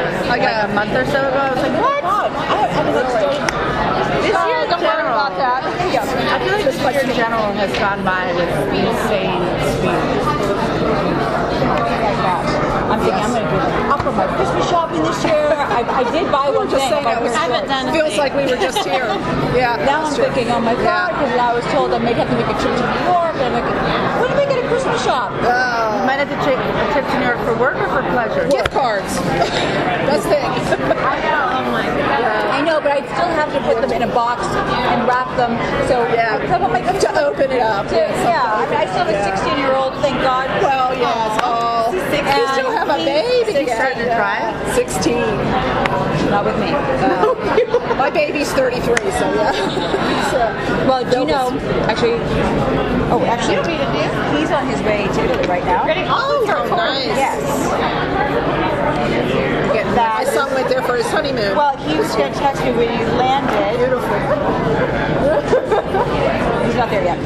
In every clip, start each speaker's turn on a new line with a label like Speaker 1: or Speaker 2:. Speaker 1: a month or so ago. I was like, what?
Speaker 2: I, I was like, so,
Speaker 1: This
Speaker 2: Oh,
Speaker 1: year, the
Speaker 2: general.
Speaker 1: about that. I feel like this year in general has gone by with insane speed.
Speaker 2: I'm thinking I'm gonna do that. I'll put my Christmas shopping this year. I, I did buy one
Speaker 3: just
Speaker 2: thing.
Speaker 3: saying
Speaker 2: but
Speaker 3: that was
Speaker 2: I
Speaker 3: short.
Speaker 2: haven't done.
Speaker 3: Feels like we were just here. yeah.
Speaker 2: Now I'm
Speaker 3: that's true.
Speaker 2: thinking, oh my god,
Speaker 3: Yeah.
Speaker 2: because I was told I may have to make a trip to New York. And I'm like, when do we get a Christmas shop?
Speaker 3: Uh,
Speaker 1: You might have to take a trip to New York for work or for pleasure.
Speaker 3: Gift cards. That's the thing.
Speaker 1: I know. Oh my god.
Speaker 2: I know, but I still have to put them in a box and wrap them. So
Speaker 3: Yeah.
Speaker 2: some of my to
Speaker 3: To open it up.
Speaker 2: yeah, I, mean, I still have a 16 year old. Thank God.
Speaker 1: Oh,
Speaker 3: Well, yeah, it's all. You still have a baby.
Speaker 1: Did you start to try it?
Speaker 3: 16.
Speaker 2: Not with me. Uh,
Speaker 3: My baby's 33, so yeah. So,
Speaker 2: Well, do you know? Actually, oh, actually, he's on his way to Italy right now.
Speaker 1: Ready?
Speaker 3: oh, nice.
Speaker 2: Yes.
Speaker 3: My
Speaker 2: That.
Speaker 3: son went there for his honeymoon.
Speaker 2: Well, he was going to text me when he landed.
Speaker 3: Beautiful.
Speaker 2: He's not there yet.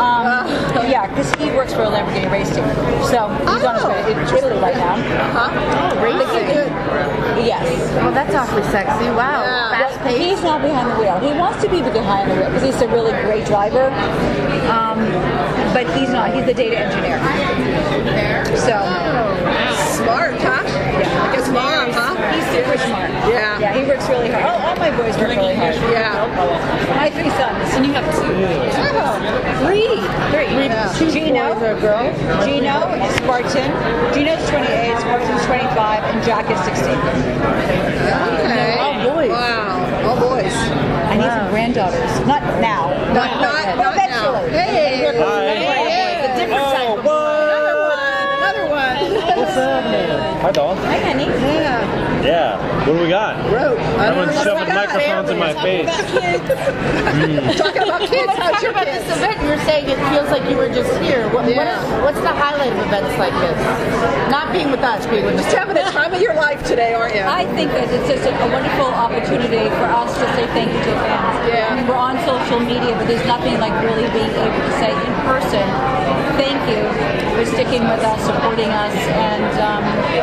Speaker 2: Um, yeah, because he works for a Lamborghini race team. So he's on his
Speaker 3: Oh.
Speaker 2: way to Italy right now.
Speaker 3: Huh?
Speaker 1: Oh,
Speaker 3: Looking
Speaker 1: racing.
Speaker 3: good.
Speaker 2: Yes.
Speaker 1: Well, that's awfully sexy. Wow.
Speaker 3: Yeah.
Speaker 1: Fast
Speaker 2: But
Speaker 1: paced.
Speaker 2: he's not behind the wheel. He wants to be behind the wheel because he's a really great driver. Um, but he's not. He's the data engineer. So
Speaker 3: Smart, huh? Yeah. Like his mom, huh?
Speaker 2: he's super smart.
Speaker 3: Yeah.
Speaker 2: Yeah, he works really hard. Oh, all my boys work really hard.
Speaker 3: Yeah.
Speaker 2: My three sons. And you have two. Three. Three.
Speaker 3: Yeah.
Speaker 2: Gino. Gino is Spartan. Gino's 28, Spartan's 25, and Jack is 16.
Speaker 3: Okay.
Speaker 1: all boys.
Speaker 3: Wow. All boys.
Speaker 2: I need some granddaughters. Not now.
Speaker 3: Not, not,
Speaker 2: yet.
Speaker 3: not now.
Speaker 2: Eventually.
Speaker 3: Hey.
Speaker 2: It's a different type of-
Speaker 3: Another one. Another one.
Speaker 4: What's up? Hi, doll.
Speaker 2: Hi, honey.
Speaker 3: Yeah.
Speaker 4: Yeah. What do we got?
Speaker 3: Rope. I don't
Speaker 4: Someone
Speaker 3: know what
Speaker 4: shoved
Speaker 3: we got.
Speaker 4: microphones in my face.
Speaker 3: Talking about kids. How's your
Speaker 1: about
Speaker 3: kids?
Speaker 1: this event. You're saying it feels like you were just here. What, what
Speaker 3: Yeah.
Speaker 1: is, what's the highlight of events like this? Not being with us, being with the
Speaker 3: Just having the time of your life today, aren't you?
Speaker 2: I think that it's just a, a wonderful opportunity for us to say thank you to the fans.
Speaker 3: Yeah.
Speaker 2: I mean, we're on social media, but there's nothing like really being able to say in person, thank you for sticking with us, supporting us, and um, you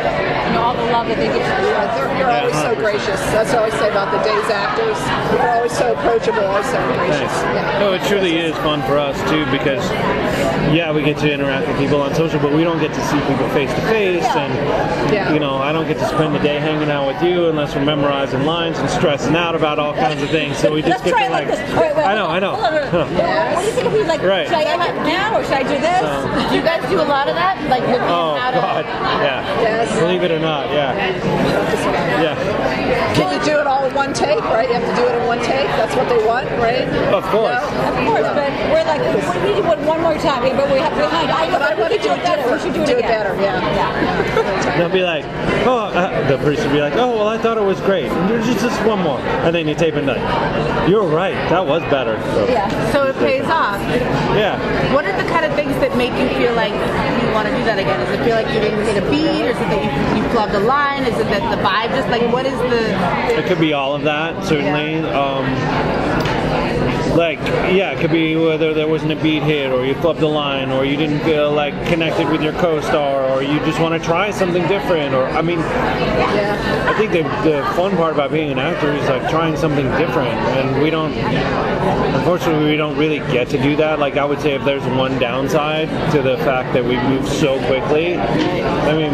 Speaker 2: know, all the love that they give to the show.
Speaker 3: They're, they're always so gracious. That's what I always say about the day's actors. They're always so approachable, always so gracious.
Speaker 4: Nice.
Speaker 3: Yeah.
Speaker 4: No, it truly is fun for us too because, yeah, we get to interact with people on social, but we don't get to see people face to face, and
Speaker 3: Yeah.
Speaker 4: you know, I don't get to spend the day hanging out with you unless we're memorizing lines and stressing out about all kinds of things. So we
Speaker 2: Let's
Speaker 4: just get
Speaker 2: try
Speaker 4: to
Speaker 2: it like
Speaker 4: like,
Speaker 2: this. All right, wait,
Speaker 4: I know, I know.
Speaker 2: Hold on, hold on. What do you think if we like?
Speaker 4: Right. Um,
Speaker 2: Should I end it now or should I do this?
Speaker 1: Do you guys do a lot of that? Like looking
Speaker 4: Oh
Speaker 1: out
Speaker 4: God,
Speaker 1: of
Speaker 4: yeah.
Speaker 3: Yes.
Speaker 4: Believe it or not, yeah, yeah.
Speaker 3: Can you do it all in one take, right? You have to do it in one take. That's what they want, right?
Speaker 4: Of course.
Speaker 3: No?
Speaker 2: Of course, but we're like, we need to do it one more time, but we have behind. I know,
Speaker 3: But I
Speaker 2: but
Speaker 3: want
Speaker 2: we
Speaker 3: to
Speaker 2: could do it better. We should do it
Speaker 3: Do it
Speaker 2: again.
Speaker 3: better, yeah.
Speaker 2: Yeah.
Speaker 4: They'll be like, oh, uh, the producer will be like, oh, well, I thought it was great. And there's just, just one more, and then you tape and like, you're right, that was better. So,
Speaker 2: Yeah.
Speaker 1: it. So it pays off.
Speaker 4: yeah.
Speaker 1: What are the kind of things that make you feel like you want to do that again? Is it feel like you didn't hit a beat, or is it that you, you plugged a line? Is it that the vibe just like what is the?
Speaker 4: It could be all of that, certainly. Um, like, yeah, it could be whether there wasn't a beat hit, or you flubbed a line, or you didn't feel like connected with your co-star, or you just want to try something different, or I mean,
Speaker 3: Yeah.
Speaker 4: I think the, the fun part about being an actor is like trying something different, and we don't. Unfortunately, we don't really get to do that. Like I would say, if there's one downside to the fact that we move so quickly, I mean,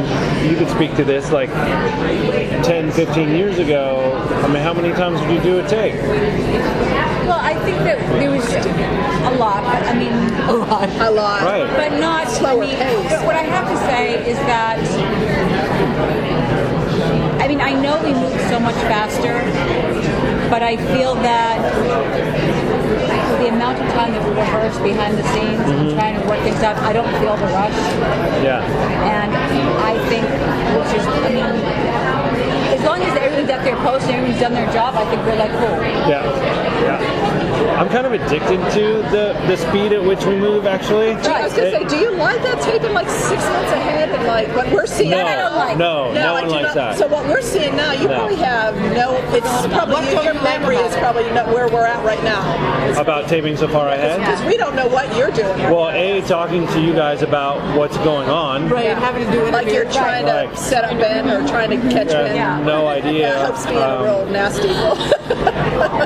Speaker 4: you could speak to this. Like 10, 15 years ago, I mean, how many times would you do a take?
Speaker 2: Well, I think that there was a lot. I I mean, a lot.
Speaker 3: A lot.
Speaker 4: Right.
Speaker 2: But not
Speaker 3: Slower
Speaker 2: I mean,
Speaker 3: pace.
Speaker 2: But what I have to say is that I mean I know we move so much faster, but I feel that the amount of time that we rehearse behind the scenes and trying to work things out, I don't feel the rush.
Speaker 4: Yeah,
Speaker 2: And I think, which is, I mean, as long as everything's up there posted, everyone's done their job, I think we're like cool.
Speaker 4: yeah, yeah. I'm kind of addicted to the the speed at which we move. Actually,
Speaker 3: Do you- I was gonna say, do you like that taping like six months ahead and like what we're seeing?
Speaker 4: No, That I don't like. no, no
Speaker 3: I
Speaker 4: one
Speaker 3: do not-
Speaker 4: likes that.
Speaker 3: So what we're seeing now, you
Speaker 4: No.
Speaker 3: probably have no. It's
Speaker 1: What
Speaker 3: probably
Speaker 1: don't
Speaker 3: your
Speaker 1: you like
Speaker 3: memory
Speaker 1: about
Speaker 3: is
Speaker 1: it?
Speaker 3: probably not where we're at right now. It's
Speaker 4: about taping so far ahead.
Speaker 3: Because we don't know what you're doing. right
Speaker 4: Well, A, talking to you guys about what's going on.
Speaker 1: Right, having to do
Speaker 3: Like you're trying
Speaker 4: Right.
Speaker 3: to set up in or trying to catch in.
Speaker 4: And Uh, no idea.
Speaker 3: That helps being a
Speaker 4: Um,
Speaker 3: real nasty girl.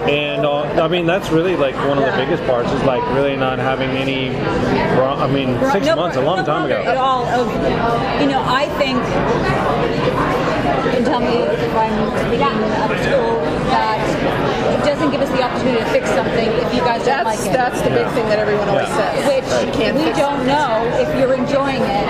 Speaker 4: and all, I mean that's really like one of the
Speaker 3: Yeah.
Speaker 4: biggest parts is like really not having any. bra- I mean, six
Speaker 2: No,
Speaker 4: months a long
Speaker 2: no
Speaker 4: time
Speaker 2: longer At
Speaker 4: ago.
Speaker 2: all of, you know, I think, and tell me if I'm speaking out of school, that it doesn't give us the opportunity to fix something if you guys don't
Speaker 3: that's
Speaker 2: like it.
Speaker 3: that's the big thing that everyone always
Speaker 4: Yeah.
Speaker 3: says.
Speaker 2: which
Speaker 3: You can't
Speaker 2: we
Speaker 3: fix it.
Speaker 2: don't know if you're enjoying it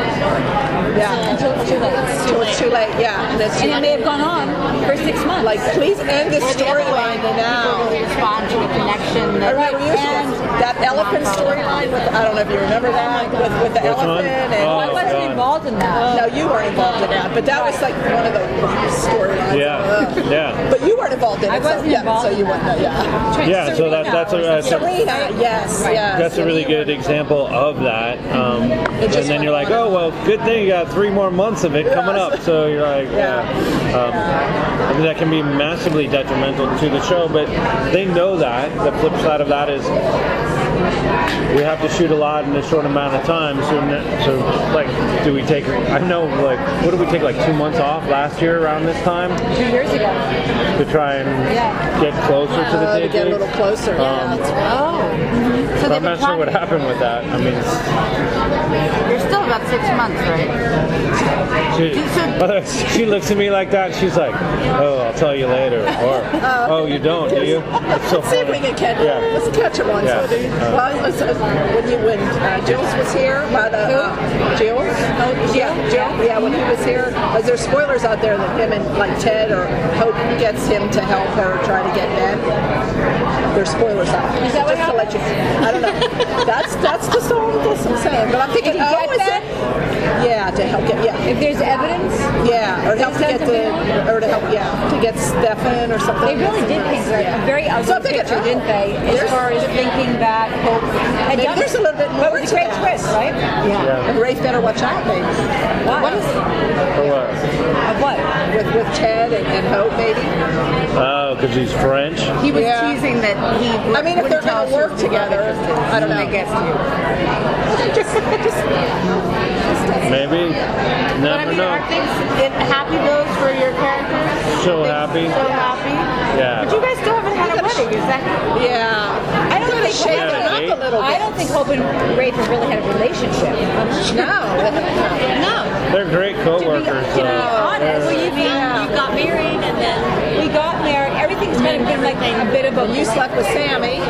Speaker 3: Yeah.
Speaker 2: until it's too late.
Speaker 3: Until it's too late. Yeah. And it's
Speaker 2: And it may have gone on for six months.
Speaker 3: like please end this
Speaker 1: Or the other way
Speaker 3: storyline
Speaker 1: that people
Speaker 3: now.
Speaker 1: really respond to a connection that
Speaker 3: All right, we used to- that elephant storyline with I don't know if you remember that with, with the
Speaker 4: Which one?
Speaker 3: elephant and
Speaker 4: Oh,
Speaker 2: I wasn't
Speaker 4: God.
Speaker 2: involved in that.
Speaker 3: no, you were involved in that, but that was like one of the worst storylines.
Speaker 4: Yeah,
Speaker 3: Ugh.
Speaker 4: yeah,
Speaker 3: But you weren't involved in it.
Speaker 2: I wasn't
Speaker 3: so, yeah,
Speaker 2: involved
Speaker 3: So
Speaker 2: in
Speaker 3: you wouldn't know. Yeah.
Speaker 4: yeah. So that, that's a that's a,
Speaker 3: Serena, yes, yes.
Speaker 4: that's a really good example of that. Um, and
Speaker 3: just
Speaker 4: then you're like,
Speaker 3: went
Speaker 4: oh well, good thing you got three more months of it coming up. So you're like,
Speaker 3: Yeah.
Speaker 4: yeah. Um, I mean, that can be massively detrimental to the show, but they know that. The flip side of that is we have to shoot a lot in a short amount of time. So, ne- so like, do we take? I know, like, what did we take? Like two months off last year around this time
Speaker 2: Two years ago.
Speaker 4: to try and
Speaker 2: Yeah.
Speaker 4: get closer to the
Speaker 3: Uh, to
Speaker 4: date.
Speaker 3: get a
Speaker 4: date?
Speaker 3: little closer.
Speaker 4: Um,
Speaker 3: yeah, that's right.
Speaker 1: Oh. So
Speaker 4: So
Speaker 1: they've
Speaker 4: I'm not
Speaker 1: been
Speaker 4: sure what
Speaker 1: planning-
Speaker 4: happened with that. I mean.
Speaker 1: You're still about six months, right?
Speaker 4: She,
Speaker 1: So-
Speaker 4: by the way, she looks at me like that. She's like, "Oh, I'll tell you later," or "Oh, you don't, do you?" It's so
Speaker 3: Let's see if we
Speaker 4: funny.
Speaker 3: can catch.
Speaker 4: Yeah.
Speaker 3: Let's catch him on
Speaker 4: Yeah.
Speaker 3: something.
Speaker 4: Uh,
Speaker 3: well, let's, uh, when you when uh, Jules was here by the uh, Jill, oh, yeah, Jill, yeah, when he was here, uh, there's spoilers out there that him and like Ted or Hope gets him to help her try to get Ben. There's spoilers out. there.
Speaker 2: Is that what
Speaker 3: just to let you? I don't know. that's that's just all this I'm saying. But I'm thinking,
Speaker 2: Did he
Speaker 3: oh,
Speaker 2: get
Speaker 3: is
Speaker 2: Ben?
Speaker 3: it? Yeah, to help get yeah.
Speaker 2: If there's evidence,
Speaker 3: Yeah, or to help
Speaker 2: They sent
Speaker 3: get the, or to help, yeah, to get Stefan or something.
Speaker 2: they really did paint very, a very ugly
Speaker 3: So oh, I think it-
Speaker 2: picture, didn't they? As
Speaker 3: There's-
Speaker 2: far as thinking back, hope, and
Speaker 3: Maybe
Speaker 2: young-
Speaker 3: there's a little bit
Speaker 2: But
Speaker 3: more
Speaker 2: it was
Speaker 3: to
Speaker 2: a great
Speaker 3: that.
Speaker 2: twist, right?
Speaker 3: Yeah. And Rafe better watch out, maybe. uh,
Speaker 2: Why?
Speaker 1: What is
Speaker 4: For what?
Speaker 2: Of what?
Speaker 3: With, with Ted and, and Hope, maybe.
Speaker 4: Oh, because he's French.
Speaker 1: He was
Speaker 3: Yeah.
Speaker 1: teasing that he.
Speaker 3: I mean, if
Speaker 1: wouldn't
Speaker 3: they're
Speaker 1: tell
Speaker 3: going
Speaker 1: us
Speaker 3: to work
Speaker 1: who the love
Speaker 3: together,
Speaker 1: interest is.
Speaker 3: I don't know.
Speaker 1: I guess too.
Speaker 3: Just, just,
Speaker 4: Maybe.
Speaker 1: But I
Speaker 4: Never
Speaker 1: mean,
Speaker 4: know.
Speaker 1: are things it, happy those for your characters?
Speaker 4: So happy.
Speaker 1: Things So happy.
Speaker 4: Yeah.
Speaker 1: But you guys still haven't had a wedding, is that?
Speaker 3: yeah.
Speaker 2: I don't think
Speaker 3: Shake
Speaker 2: Hope-
Speaker 3: it up a little
Speaker 2: eh? I
Speaker 3: bit.
Speaker 2: don't think Hope and Rafe have really had a relationship.
Speaker 3: No.
Speaker 5: No.
Speaker 4: They're great coworkers.
Speaker 5: to be
Speaker 4: though.
Speaker 5: honest, well, you,
Speaker 2: Yeah.
Speaker 5: got, you got married and then
Speaker 2: We got married. Everything's kind of been like a bit of a
Speaker 3: You slept with Sammy.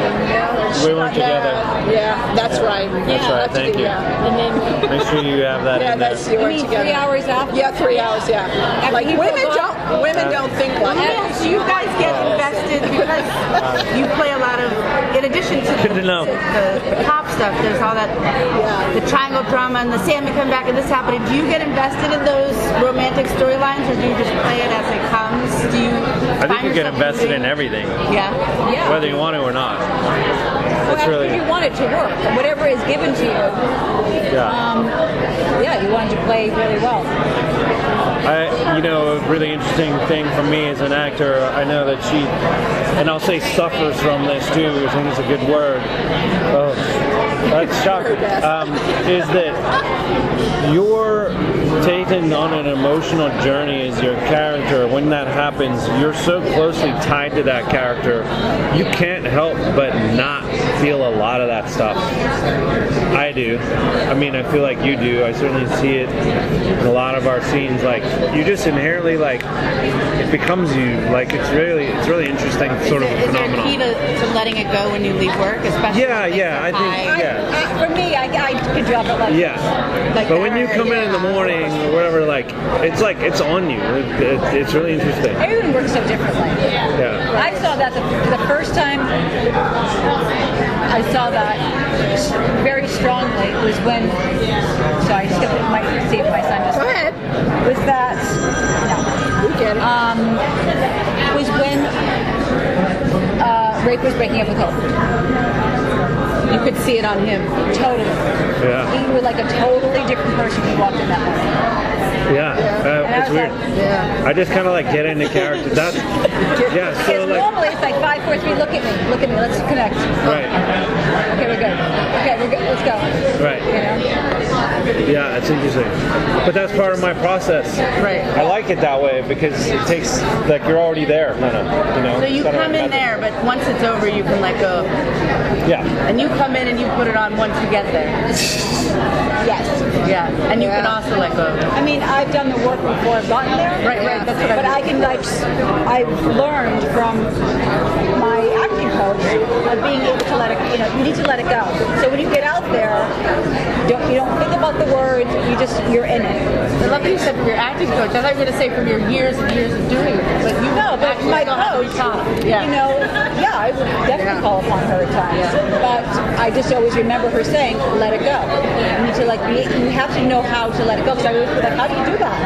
Speaker 4: We weren't together.
Speaker 3: Yeah, that's right.
Speaker 4: That's right, thank you.
Speaker 3: Yeah,
Speaker 5: and then
Speaker 4: Make sure you have that
Speaker 3: Yeah,
Speaker 4: in there.
Speaker 3: that's, you
Speaker 2: I
Speaker 3: weren't
Speaker 2: uh, mean,
Speaker 3: together.
Speaker 2: three hours after.
Speaker 3: Yeah, three hours, yeah. Like,
Speaker 2: people
Speaker 3: women
Speaker 2: go-
Speaker 3: don't, women don't think like that.
Speaker 1: So you guys get invested because you play a lot of. In addition to
Speaker 4: Good to know.
Speaker 1: the cop stuff, there's all that the triangle drama and the Sammy coming back and this happening. Do you get invested in those romantic storylines, or do you just play it as it comes? Do you?
Speaker 4: I think you get invested in
Speaker 1: everything.
Speaker 4: everything,
Speaker 1: Yeah.
Speaker 2: Yeah.
Speaker 4: whether you want to or not.
Speaker 2: Well,
Speaker 4: That's really-
Speaker 2: if you want it to work, whatever is given to you,
Speaker 4: Yeah.
Speaker 2: um, yeah, you want it to play really well.
Speaker 4: I, you know, a really interesting thing for me as an actor, I know that she, and I'll say suffers from this too, which I think is a good word. Oh, that's shocking. Um, is that you're taken on an emotional journey as your character. When that happens, you're so closely tied to that character, you can't help but not feel a lot of that stuff. I do. I mean, I feel like you do. I certainly see it in a lot of our scenes. Like you just inherently like it becomes you. Like it's really it's really interesting sort of a
Speaker 1: Is there- is there a key
Speaker 4: phenomenon.
Speaker 1: to, to letting it go when you leave work, especially?
Speaker 4: Yeah,
Speaker 1: when things
Speaker 4: yeah,
Speaker 1: are
Speaker 4: I think-
Speaker 1: high?
Speaker 4: yeah.
Speaker 2: I, I, for me, I, I could drop it like
Speaker 4: Yeah.
Speaker 1: Like
Speaker 4: but when you
Speaker 1: that,
Speaker 4: come in in the
Speaker 1: yeah.
Speaker 4: morning or whatever, like it's like it's on you. It, it, it's really interesting.
Speaker 2: everyone works so differently.
Speaker 4: Yeah.
Speaker 2: I saw that the, the first time I saw that very strongly was when. Sorry, I just got my see if my son just.
Speaker 3: Go ahead.
Speaker 2: Was that Um,
Speaker 3: We get it.
Speaker 2: was when uh, Rafe was breaking up with Hope. You could see it on him totally.
Speaker 4: Yeah.
Speaker 2: He was like a totally different person who walked in that room.
Speaker 4: Yeah. Uh,
Speaker 2: And I
Speaker 4: it's weird.
Speaker 3: Yeah.
Speaker 4: I just kind of like get into character. That's yeah. So
Speaker 2: Because
Speaker 4: like
Speaker 2: normally it's like five, four, three. Look at me. Look at me. Let's connect.
Speaker 4: right,
Speaker 2: Okay, we're good. Okay, we're good. Let's go.
Speaker 4: right.
Speaker 2: You know?
Speaker 4: Yeah, it's interesting. But that's part of my process.
Speaker 3: Right.
Speaker 4: I like it that way because it takes like you're already there. No, no, you know.
Speaker 1: So you
Speaker 4: Kinda
Speaker 1: come in
Speaker 4: like
Speaker 1: there, but once it's over, you can let go.
Speaker 4: that. Yeah.
Speaker 1: And you come in and you put it on once you get there.
Speaker 2: Yes.
Speaker 1: Yeah. And you can also let go.
Speaker 2: I mean, I've done the work before I've gotten there.
Speaker 1: Right, right, that's what I
Speaker 2: but I can like, s- I've learned from my acting coach of being able to let it, you know, you need to let it go. So when you get out there, don't you don't think about the words. You just you're in it.
Speaker 1: I love that you said from your acting coach. I thought you were going to say from your years and years of doing it. But you
Speaker 2: No, but
Speaker 1: actually
Speaker 2: my
Speaker 1: know how to
Speaker 2: coach,
Speaker 1: talk.
Speaker 2: you know, yeah, I would definitely
Speaker 3: Yeah.
Speaker 2: call upon her at times. But I just always remember her saying, "Let it go. You need to like, be, you have to know how to let it go." Because I was like, "How do you do that?"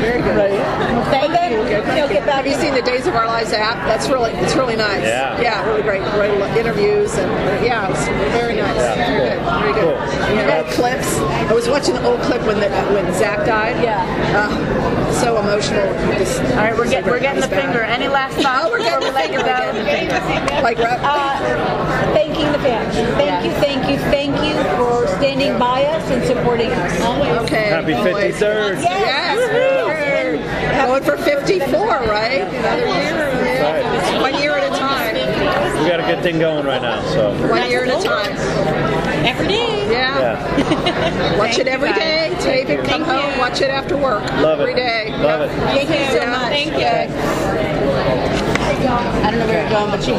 Speaker 3: Very good.
Speaker 2: Well, thank you. You know, get back.
Speaker 3: Have you seen the Days of Our Lives app? That's really, it's really nice.
Speaker 4: Yeah.
Speaker 3: really great. Great li- interviews and uh, yeah, it's very nice. Very good. Very good.
Speaker 4: Cool.
Speaker 3: You
Speaker 4: Yeah.
Speaker 3: got clips. I was watching the old clip when the, uh, when Zach died.
Speaker 2: Yeah.
Speaker 3: Uh, so emotional. You just-
Speaker 1: All right, we're, get, we're getting the
Speaker 3: It's bad.
Speaker 1: finger. Any last thoughts
Speaker 3: Oh, we're
Speaker 1: before
Speaker 3: getting
Speaker 1: we
Speaker 3: the
Speaker 1: let
Speaker 3: finger
Speaker 1: you go?
Speaker 3: again. Like, right-
Speaker 2: Uh, thanking the fans. Thank you, thank you, thank you for standing by us and supporting us.
Speaker 3: okay.
Speaker 4: Happy
Speaker 3: always.
Speaker 4: 53rd.
Speaker 3: Yes. Going for 54, right? Another year.
Speaker 4: Right.
Speaker 3: It's one year at a time.
Speaker 4: We got a good thing going right now. So
Speaker 3: One year at a time.
Speaker 5: Every day.
Speaker 3: Yeah.
Speaker 4: yeah,
Speaker 3: Watch it every
Speaker 1: you,
Speaker 3: day. Tape it. Come home. Watch it after work.
Speaker 4: love
Speaker 3: Every
Speaker 4: it.
Speaker 3: day.
Speaker 4: Love it.
Speaker 1: Thank you so
Speaker 3: Yeah.
Speaker 1: much.
Speaker 5: Thank you.
Speaker 1: I don't know where you're going, but she